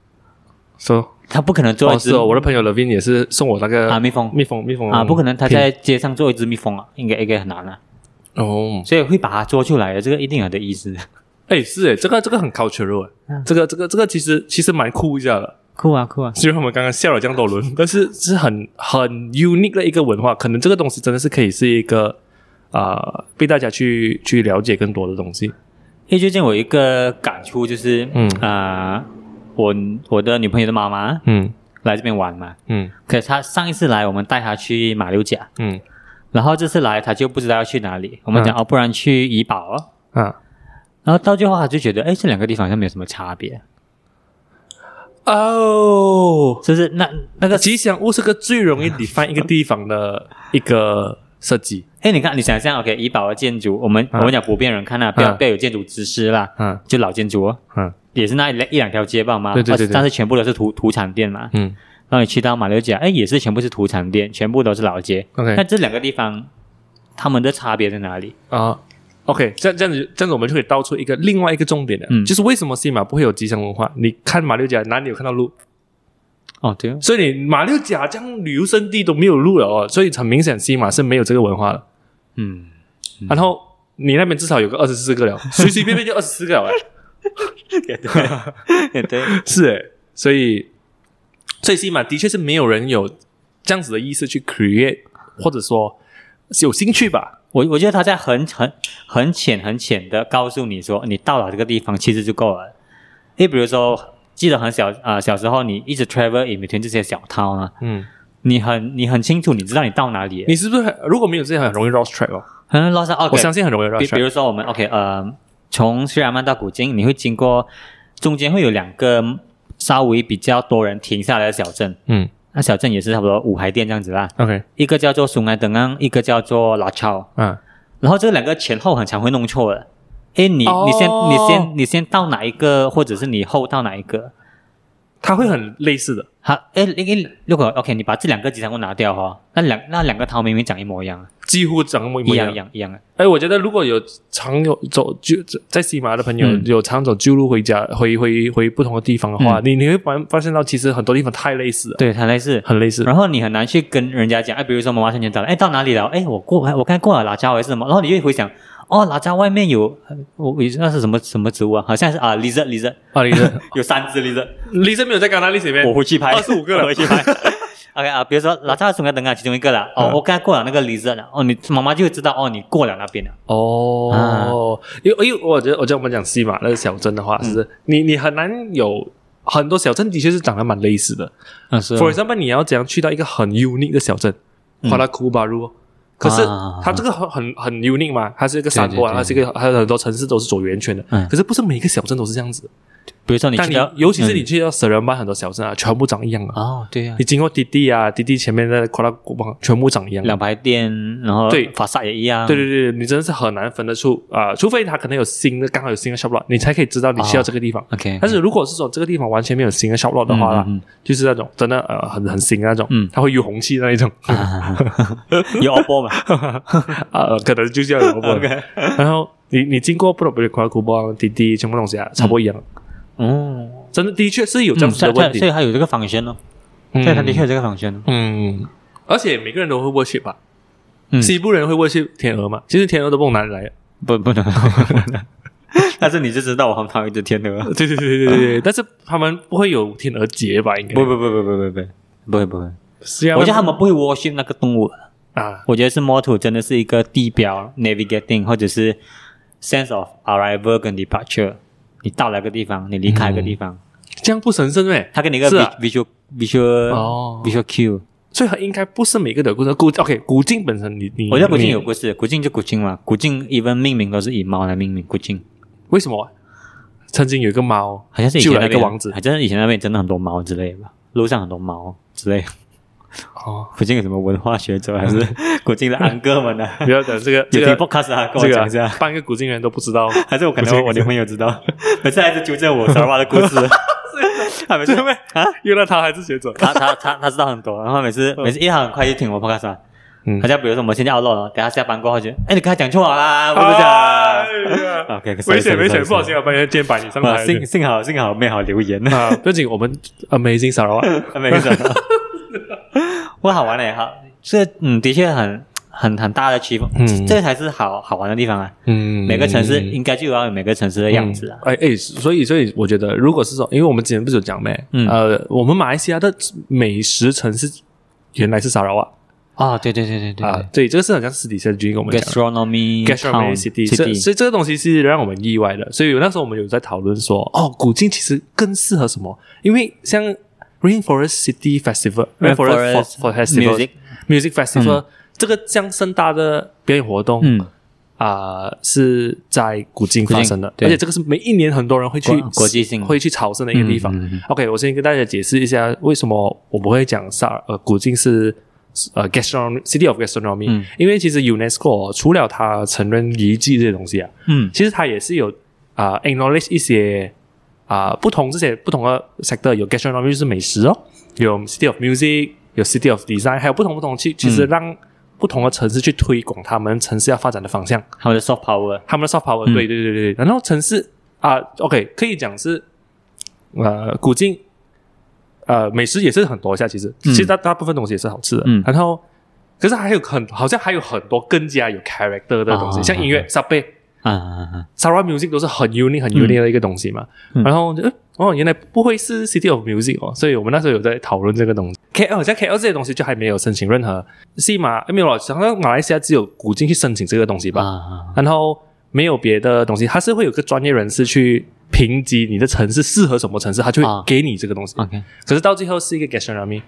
说？他不可能做哦，一只是哦，我的朋友 Levin 也是送我那个啊蜜蜂蜜蜂蜜蜂啊，不可能他在街上做一只蜜蜂啊，应该应该很难啊，哦，所以会把它做出来的，这个一定有的意思。哎，是哎，这个这个很 cultural，哎这个这个这个其实其实蛮酷一下的。酷啊酷啊！虽然我们刚刚笑了这样多 [LAUGHS] 轮，但是是很很 unique 的一个文化，可能这个东西真的是可以是一个啊、呃被大家去去了解更多的东西。因为最近我有一个感触就是，嗯嗯啊、我我的女朋友的妈妈嗯来这边玩嘛，嗯可是她上一次来我们带她去马六甲，嗯然后这次来她就不知道要去哪里，我们讲、哦，不然去怡保哦。啊然后到最后，她就觉得，哎，这两个地方好像没有什么差别，哦，就是那那个，吉祥物是个啊最容易 define 一个地方的一个设计。哎，你看，你想象，OK，怡保的建筑，我们、嗯我们讲普遍人看啊，不要、嗯不要有建筑知识啦，嗯就老建筑哦，嗯也是那一一两条街道嘛，对对对而且对但是全部都是土土产店嘛，嗯然后你去到马六甲，哎，也是全部是土产店，全部都是老街。那，OK 这两个地方，他们的差别在哪里？啊。OK，这样这样子，这样子我们就可以道出一个另外一个重点了，嗯就是为什么西马不会有吉祥文化？你看马六甲哪里有看到鹿？哦，对哦，所以你马六甲这样旅游胜地都没有路了哦，所以很明显西马是没有这个文化的。嗯， [LAUGHS] 然后你那边至少有个二十四个了，随随便便就二十四个 [LAUGHS] 了、哎也对，是哎、所以所以西马的确是没有人有这样子的意识去 create，或者说有兴趣吧？我我觉得他在很很很浅很浅的告诉你说，你到了这个地方其实就够了。你比如说，记得很小啊、呃小时候你一直 travel in between 这些小 town 啊，嗯，你很你很清楚，你知道你到哪里。你是不是很如果没有这样很容易 lost track 哦？很 lost 我 OK，相信很容易比 lost 比 track。如说我们 OK 呃，从虽然曼到古晋，你会经过中间会有两个稍微比较多人停下来的小镇，嗯那小镇也是差不多五排店这样子啦。 ，OK，一个叫做松安登安，一个叫做拉超，啊，然后这两个前后很常会弄错的。诶，你哦你先你先你先到哪一个，或者是你后到哪一个？它会很类似的。好，诶，因为如果 OK，你把这两个吉祥物拿掉哈、哦，那两那两个桃明明长一模一样，几乎长得一模一一样样一。样一啊样的。哎，我觉得如果有常有走就在西马的朋友、嗯有常走旧路回家，回回回不同的地方的话，你你会发发现到其实很多地方太类似了，对，它类似。很类似。然后你很难去跟人家讲，哎，比如说妈妈瞬间到了，哎，到哪里了？哎，我过，我刚过了拉加还是什么？然后你就回想，哦，拉加外面有，我我那是什么什么植物啊？好像是啊，lizard [LAUGHS] lizard，啊，李生，有三只 [LAUGHS] lizard。李生没有在戛纳历史里面我，回去拍25个了我回去拍。OK [LAUGHS] 啊，比如说拉萨松该等啊，其中一个了。哦嗯，我刚才过了那个 lizard 了。哦，你妈妈就会知道哦，你过了那边了。哦，因为因为我觉得，我觉得我们讲西马那个小镇的话，是你你很难有很多小镇的确是长得蛮类似的。嗯，是 For example，你要怎样去到一个很 unique 的小镇，花拉库巴鲁，可是嗯啊它这个很很很 unique 嘛，它是一个山坡啊，它对是对一个还有很多城市都是走圆圈的嗯，可是不是每一个小镇都是这样子。比如说你但去你到，尤其是你嗯去到舍人班很多小镇啊，全部长一样啊。哦，对呀你，经过滴滴啊，滴滴前面的夸拉古邦全部长一样，两排店，然后对法萨也一样。对对对，你真的是很难分得出啊、除非它可能有新的，刚好有新的 shop lot，你才可以知道你需要这个地方。嗯，OK。但是如果是说这个地方完全没有新的 shop lot 的话啦，嗯就是那种真的呃很很新的那种，嗯它会有红气的那一种，嗯啊 [LAUGHS] 有 [LAUGHS] OPPO [LAUGHS] 嘛？呃，可能就是要有 [LAUGHS] OK。然后你你经过不懂不懂，夸库邦、滴滴全部东西啊，差不多一样，哦，真的的确是有这样嗯，子所的以问它所题以，它有这个方向哦，嗯所以它的确有这个方向哦。嗯。而且每个人都会 worship 吧，嗯西部人会 worship 天鹅嘛，其实天鹅都不懂哪里来的，啊不不 [LAUGHS] 能，但是你就知道我很讨厌这天 [LAUGHS] 鹅。对对对对对对， [LAUGHS] 但是他们不会有天鹅节吧？应该不不不不不不不不会不会，是啊我觉得他们不会 worship 那个动物。啊，我觉得是 m o t o 真的是一个地标 navigating，或者是 sense of arrival 跟 departure。你到了一个地方，你离开一个地方，这样不神圣哎、它给你一个是啊 vi- visual visual、哦 visual cue。所以应该不是每个的古镇古哦 OK 古晋本身你你我觉得古晋有你故事，古晋就古晋嘛，古晋 even 命名都是以猫来命名，古晋为什么啊？曾经有一个猫好像是以前救了那一个边王子还真的以前那边真的很多猫之类的吧，路上很多猫之类的。哦，附近有什么文化学者还是 [LAUGHS] 古今的安哥们呢、 [LAUGHS] 啊？不要讲这个，这有个听 podcast 啊，跟我这讲个一下。啊半个古今人都不知 [LAUGHS] 道，还是我可不能是我女朋友知道，每次还是纠正我萨瓦的故事， [LAUGHS] 他 [LAUGHS] 每次真的咩啊，原来他还是学 [LAUGHS] 者。他他他他知道很多，然后每次每次因为他很快就听我 podcast 嘛，嗯好像比如说我们现在要录了，等下下班过后就，哎，你刚才讲错了啦，我不是啊 [LAUGHS] 哎讲呀，OK，危 [LAUGHS] 险危险，不小心，要把你的肩膀你上啊，台幸幸好幸好没好留言，啊，不要紧，我 [LAUGHS] 们 Amazing Sarawak [LAUGHS] 没事，不好玩嘞，好，这嗯的确很很很大的区分，嗯这才是好好玩的地方啊，嗯，每个城市应该就要有每个城市的样子啊，哎哎，所以所以我觉得，如果是说，因为我们之前不是有讲咩，嗯呃，我们马来西亚的美食城市原来是沙拉瓦啊，对对对对对嗯啊，对，这个是很像私底下军跟我们讲的。 gastronomy Gastronomy town City，所以所以这个东西是让我们意外的，所以那时候我们有在讨论说，哦，古今其实更适合什么？因为像 Rainforest City Festival，Rainforest Rainforest for Festival Music Music 嗯 Festival，这个这样盛大的表演活动，嗯，啊、是在古今发生的，古今对而且这个是每一年很多人会去国国际性会去朝圣的一个地方。嗯嗯嗯 OK，我先跟大家解释一下为什么我们会讲萨尔呃古今是呃 gastronomy city of gastronomy，、嗯因为其实 UNESCO 哦除了它承认遗迹这些东西啊，嗯其实它也是有啊、acknowledge 一些啊、不同这些不同的 sector 有 gastronomy 就是美食哦，有 city of music，有 city of design，还有不同不同嗯其其实让不同的城市去推广他们城市要发展的方向。他们的 soft power，他们的 soft power，、嗯对对对对对。然后城市啊、o k 可以讲是呃古今呃美食也是很多下，其实、嗯其实大大部分东西也是好吃的。嗯然后可是还有很好像还有很多更加有 character 的东西，啊像音乐、设备、啊啊啊！ s a r a music 都是很 unique 很 unique 的一个东西嘛。嗯然后就诶哦，原来不会是 City of Music 哦，所以我们那时候有在讨论这个东西。KL 像 KL 这些东西就还没有申请任何西马诶没有了，好像马来西亚只有古今去申请这个东西吧。啊然后没有别的东西，它是会有个专业人士去评级你的城市适合什么城市，他就啊会给你这个东西。 ，OK，可是到最后是一个 gastronomy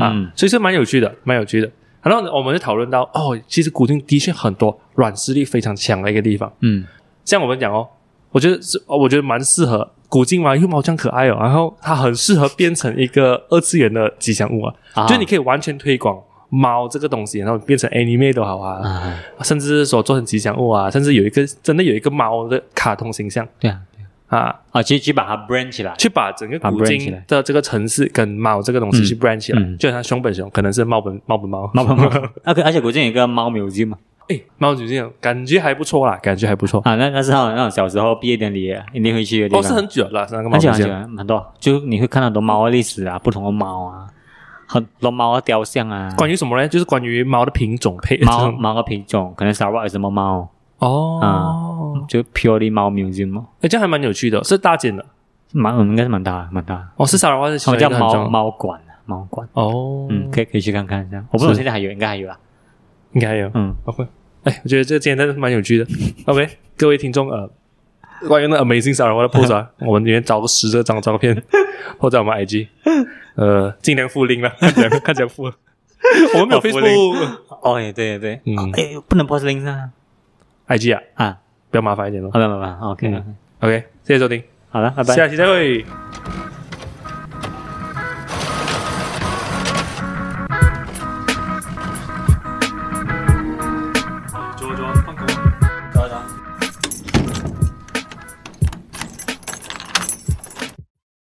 啊，嗯所以是蛮有趣的，蛮有趣的。然后我们就讨论到，哦，其实古今的确很多软实力非常强的一个地方。嗯像我们讲哦，我觉得是，哦我觉得蛮适合古今嘛，又毛这样可爱哦，然后它很适合变成一个二次元的吉祥物啊，啊就是你可以完全推广猫这个东西，然后变成 anime 都好啊，啊，甚至说做成吉祥物啊，甚至有一个真的有一个猫的卡通形象对啊，对啊啊，啊，去去把它 brand 起来，去把整个把它古 brand 起今来的这个城市跟猫这个东西去 brand 起来，嗯就好像熊本熊可能是猫本猫本猫，猫 [LAUGHS] 猫猫，啊，可而且古镇有一个猫 museum 嘛，哎猫主任感觉还不错啦，感觉还不错，啊，那那是他们那种小时候毕业典礼啊一定会去的地哦方，是很久了，是那个猫很主久很久任，很多，就你会看到很多猫的历史啊，不同的猫啊，很多猫的雕像啊，关于什么呢？就是关于猫的品种配猫猫的品种，可能 Sarawak 有什么猫，哦，就 purely 猫 museum，哦哎这样还蛮有趣的，是大件的蛮应该是蛮大的蛮大的，哦，是沙拉花是其他中们一个叫很猫重猫馆啊，猫馆。哦，嗯，可以可以去看看一下。我不懂现在还有，应该还有啦。应该有，嗯， OK，哎，我觉得这今天真的是蛮有趣 [LAUGHS] 的。OK，各位听众，呃，关于那 Amazing Star 的 pose [LAUGHS] 啊，我们里面找个十这张照 [LAUGHS] 片，或在我们 IG，呃，尽量复拎 [LAUGHS] 了，看起来看起来复了。我们没有哦复 Facebook，哦，也对对对，嗯哎，不能 post link 上，IG 啊，啊，比较麻烦一点咯。嗯好的，好的，OK， OK，谢谢收听，好了，拜拜。下期再会。